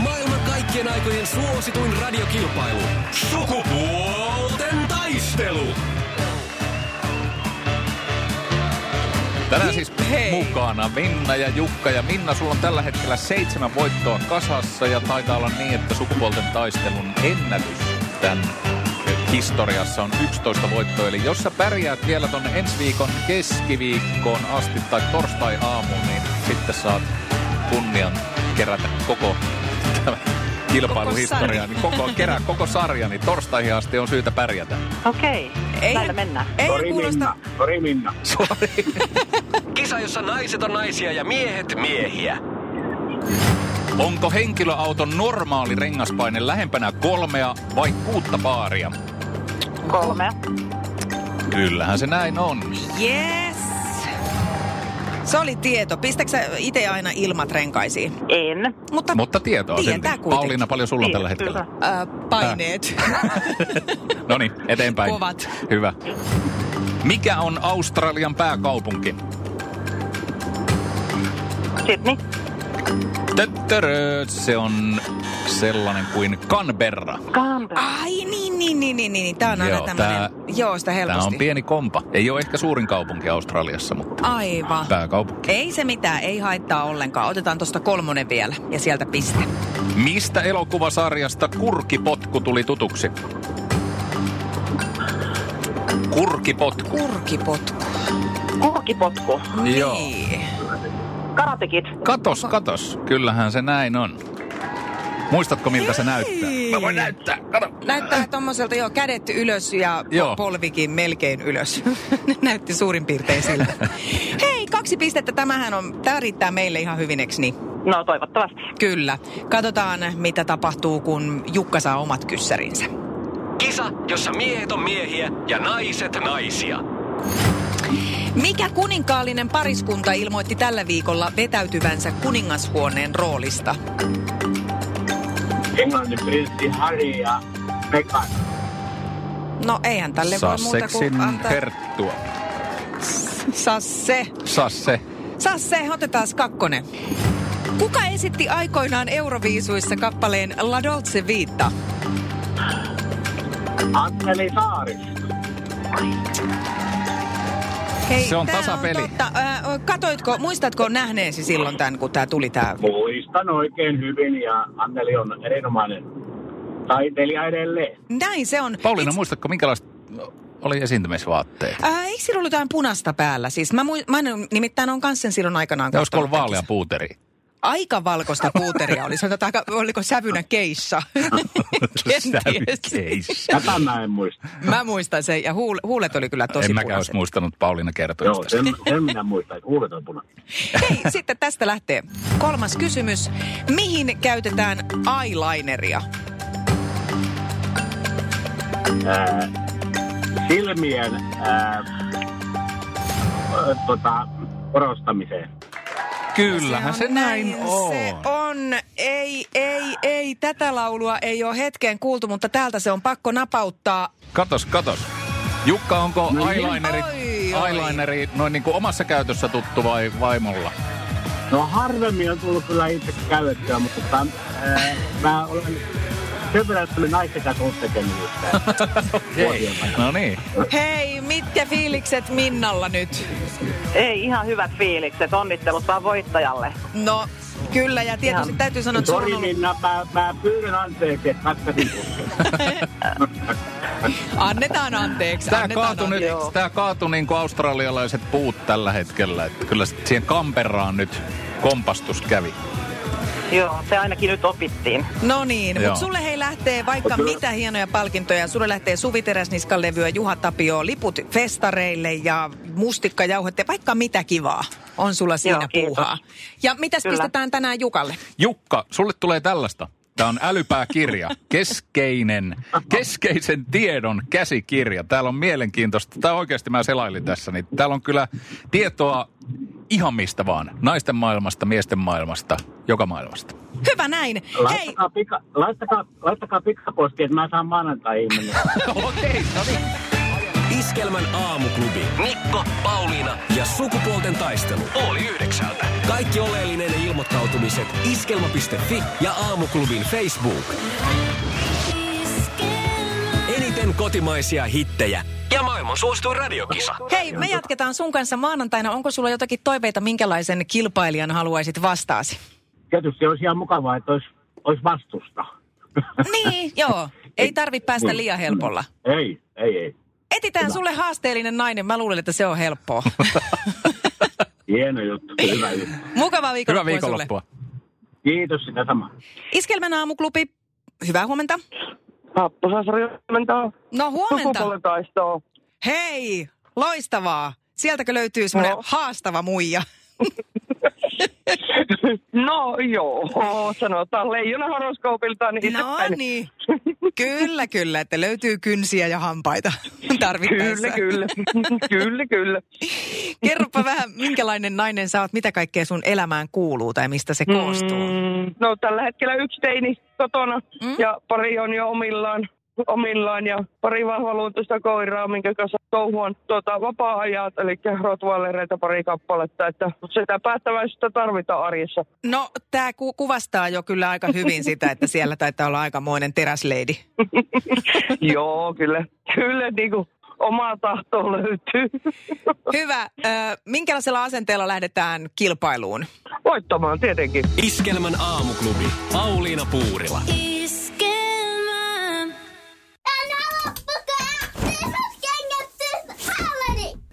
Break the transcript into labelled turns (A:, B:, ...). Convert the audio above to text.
A: Maailman kaikkien aikojen suosituin radiokilpailu. Sukupuolten taistelu.
B: Tänään siis mukana Minna ja Jukka. Ja Minna, sulla on tällä hetkellä seitsemän voittoa kasassa. Ja taitaa olla niin, että sukupuolten taistelun ennätys tämän historiassa on 11 voittoa. Eli jos sä pärjäät vielä tonne ensi viikon keskiviikkoon asti tai torstai-aamuun, niin sitten saat kunnian kerätä koko tämä kilpailuhistoria, niin koko, kerää koko sarja, niin torstaihin asti on syytä pärjätä.
C: Okei, okay. näillä mennään.
D: Ei
E: Ei
D: Sori
E: kuulosta...
D: Minna, sori Minna.
A: Kisa, jossa naiset on naisia ja miehet miehiä.
B: Onko henkilöauton normaali rengaspaine lähempänä kolmea vai kuutta baaria?
C: Kolme.
B: Kyllähän se näin on.
E: Yes. Se oli tieto. Pistätkö sä itse aina ilmat renkaisiin?
C: En.
E: Mutta,
B: Mutta tietoa
E: Tietää
B: silti.
E: kuitenkin. Niin,
B: Pauliina, paljon sulla on tällä
C: Kyllä.
B: hetkellä?
E: Ää, paineet.
B: No niin, eteenpäin.
E: Kovat.
B: Hyvä. Mikä on Australian pääkaupunki?
C: Sydney.
B: Töttörö, se on sellainen kuin Canberra.
C: Canberra.
E: Ai niin, niin, niin, niin, niin. niin. Tää on aina
B: Joo,
E: tämmönen.
B: tää-
E: Joo, sitä
B: Tämä
E: helposti.
B: on pieni kompa. Ei ole ehkä suurin kaupunki Australiassa, mutta
E: Aivan.
B: pääkaupunki.
E: Ei se mitään, ei haittaa ollenkaan. Otetaan tosta kolmonen vielä ja sieltä piste.
B: Mistä elokuvasarjasta Kurkipotku tuli tutuksi? Kurkipotku.
E: Kurkipotku.
C: Kurkipotku.
B: Joo.
E: Niin.
C: Karatekit.
B: Katos, katos. Kyllähän se näin on. Muistatko miltä se näyttää? Mä
E: Niin.
B: voin näyttää. Kato.
E: Näyttää tommoselta, joo, kädet ylös ja
B: Joo.
E: joo. polvikin melkein ylös. Näytti suurin piirtein siltä. Hei, kaksi pistettä. Tämähän on, tämä riittää meille ihan hyvin, eks niin?
C: No toivottavasti.
E: Kyllä. Katsotaan, mitä tapahtuu, kun Jukka saa omat kyssärinsä.
A: Kisa, jossa miehet on miehiä ja naiset naisia.
E: Mikä kuninkaallinen pariskunta ilmoitti tällä viikolla vetäytyvänsä kuningashuoneen roolista?
D: Englannin prinssi Harry ja Meghan.
E: No eihän tälle
B: Saa
E: voi muuta
B: seksin
E: kuin antaa...
B: herttua.
E: Saa se.
B: Saa se.
E: Saa se, otetaan kakkonen. Kuka esitti aikoinaan Euroviisuissa kappaleen La Dolce Vita?
D: Anneli Saaris.
E: Hei,
B: Se on
E: tää
B: tasapeli.
E: On totta. Ö, katoitko, muistatko nähneesi silloin tämän, kun tämä tuli tämä?
D: Muistan oikein hyvin ja Anneli on erinomainen taiteilija edelleen.
E: Näin se on.
B: Pauliina,
E: Itse-
B: muistatko minkälaiset oli esiintymisvaatteet?
E: Ää, eikö sillä ollut jotain punasta päällä? Siis mä, mui, mä en- nimittäin on kanssa sen silloin aikanaan
B: Ja olisiko ollut
E: katsonut
B: vaalea
E: tätä.
B: puuteri?
E: Aika valkoista puuteria oli. Sanotaan, aika- oliko sävynä keissa?
B: No,
E: Kenties.
B: Sävykeis.
D: Tätä mä en muista.
E: Mä muistan sen ja huul, huulet oli kyllä tosi
B: En mäkään olisi
E: punaiset.
B: muistanut Pauliina kertoa
D: Joo,
B: tästä.
D: sen, sen minä muistan. että Huulet on punaiset.
E: Hei, sitten tästä lähtee. Kolmas kysymys. Mihin käytetään eyelineria?
D: Ää, silmien ää, ö, tota, korostamiseen.
B: Kyllähän se,
E: on
B: näin, on.
E: Se on. Ei, ei, ei. Tätä laulua ei ole hetkeen kuultu, mutta täältä se on pakko napauttaa.
B: Katos, katos. Jukka, onko eyelineri,
E: Oi, oi.
B: eyelineri noin niin kuin omassa käytössä tuttu vai vaimolla?
D: No harvemmin on tullut kyllä itse käytettyä, mutta tota, ää, mä olen sen verran, että naisten kanssa ollut tekemisissä.
B: Ei. No niin.
E: Hei, mitkä fiilikset Minnalla nyt?
C: Ei ihan hyvät fiilikset. Onnittelut vaan voittajalle.
E: No, kyllä. Ja tietysti
C: Ihan.
E: täytyy sanoa, että sulla on
D: Sori
E: ollut...
D: Minna, mä, mä pyydän anteeksi, että katkasin sut.
E: Annetaan anteeksi.
B: Tämä
E: annetaan
B: kaatui nyt,
C: joo.
B: tää kaatui niin kuin australialaiset puut tällä hetkellä. Että kyllä sit siihen kamperaan nyt kompastus kävi.
C: Joo, se ainakin nyt opittiin.
E: No niin,
B: Joo.
E: mutta sulle hei lähtee vaikka mitä hienoja palkintoja. Sulle lähtee Suvi Teräsniskan levyä, Juha Tapio, liput festareille ja mustikkajauhetta ja vaikka mitä kivaa on sulla siinä
C: Joo, kiitos.
E: puuhaa. Ja mitäs
C: Kyllä.
E: pistetään tänään Jukalle?
B: Jukka, sulle tulee tällaista. Tämä on älypääkirja. Keskeinen, keskeisen tiedon käsikirja. Täällä on mielenkiintoista. Tämä oikeasti mä selailin tässä. Niin täällä on kyllä tietoa ihan mistä vaan. Naisten maailmasta, miesten maailmasta, joka maailmasta.
E: Hyvä näin. Hei,
D: Laittakaa, pika, laittakaa, laittakaa pikkaposti, että mä saan maanantai ihminen.
B: Okei, no niin.
A: Iskelmän aamuklubi. Mikko, Pauliina ja sukupuolten taistelu. Oli yhdeksältä. Kaikki oleellinen ilmoittautumiset iskelma.fi ja aamuklubin Facebook. Eniten kotimaisia hittejä ja maailman suosituin radiokisa.
E: hei, me jatketaan sun kanssa maanantaina. Onko sulla jotakin toiveita, minkälaisen kilpailijan haluaisit vastaasi?
D: Tietysti olisi ihan mukavaa, että olisi, olisi vastusta. Mm.
E: Niin, joo. Ei tarvi päästä liian helpolla.
D: Ei, ei, ei.
E: Etitään sulle haasteellinen nainen. Mä luulen, että se on helppoa.
D: Hieno juttu, hyvä juttu.
E: Mukavaa
B: Hyvää
E: viikonloppua,
B: viikonloppua.
D: Kiitos, sitä sama.
E: sulle. Iskelmän aamuklubi. Hyvää huomenta.
F: Happosasari huomenta.
E: No huomenta.
F: Sukupuolen taistoa.
E: Hei, loistavaa. Sieltäkö löytyy semmoinen
F: No.
E: haastava muija?
F: No joo, sanotaan leijona horoskoopilta. Niin
E: No
F: itsepäin.
E: niin. Kyllä, kyllä, että löytyy kynsiä ja hampaita tarvittaessa.
F: Kyllä, kyllä. kyllä, kyllä.
E: Kerropa vähän, minkälainen nainen sä oot, mitä kaikkea sun elämään kuuluu tai mistä se koostuu.
F: Mm, no tällä hetkellä yksi teini kotona
E: Mm.
F: mm? ja pari on jo omillaan omillaan ja pari vahvaluontoista koiraa, minkä kanssa touhuan tuota, vapaa-ajat, eli rotuailereita pari kappaletta, että sitä päättäväisyyttä tarvitaan arjessa.
E: No, tämä ku- kuvastaa jo kyllä aika hyvin sitä, että siellä taitaa olla aikamoinen teräsleidi.
F: Joo, kyllä, kyllä niin kuin omaa tahtoa löytyy.
E: Hyvä. Ö, minkälaisella asenteella lähdetään kilpailuun?
F: Voittamaan tietenkin.
A: Iskelmän aamuklubi. Pauliina Puurila.
G: Iskelmään. Älä loppukaa! Tyhmät kengät, tyhmät hallari!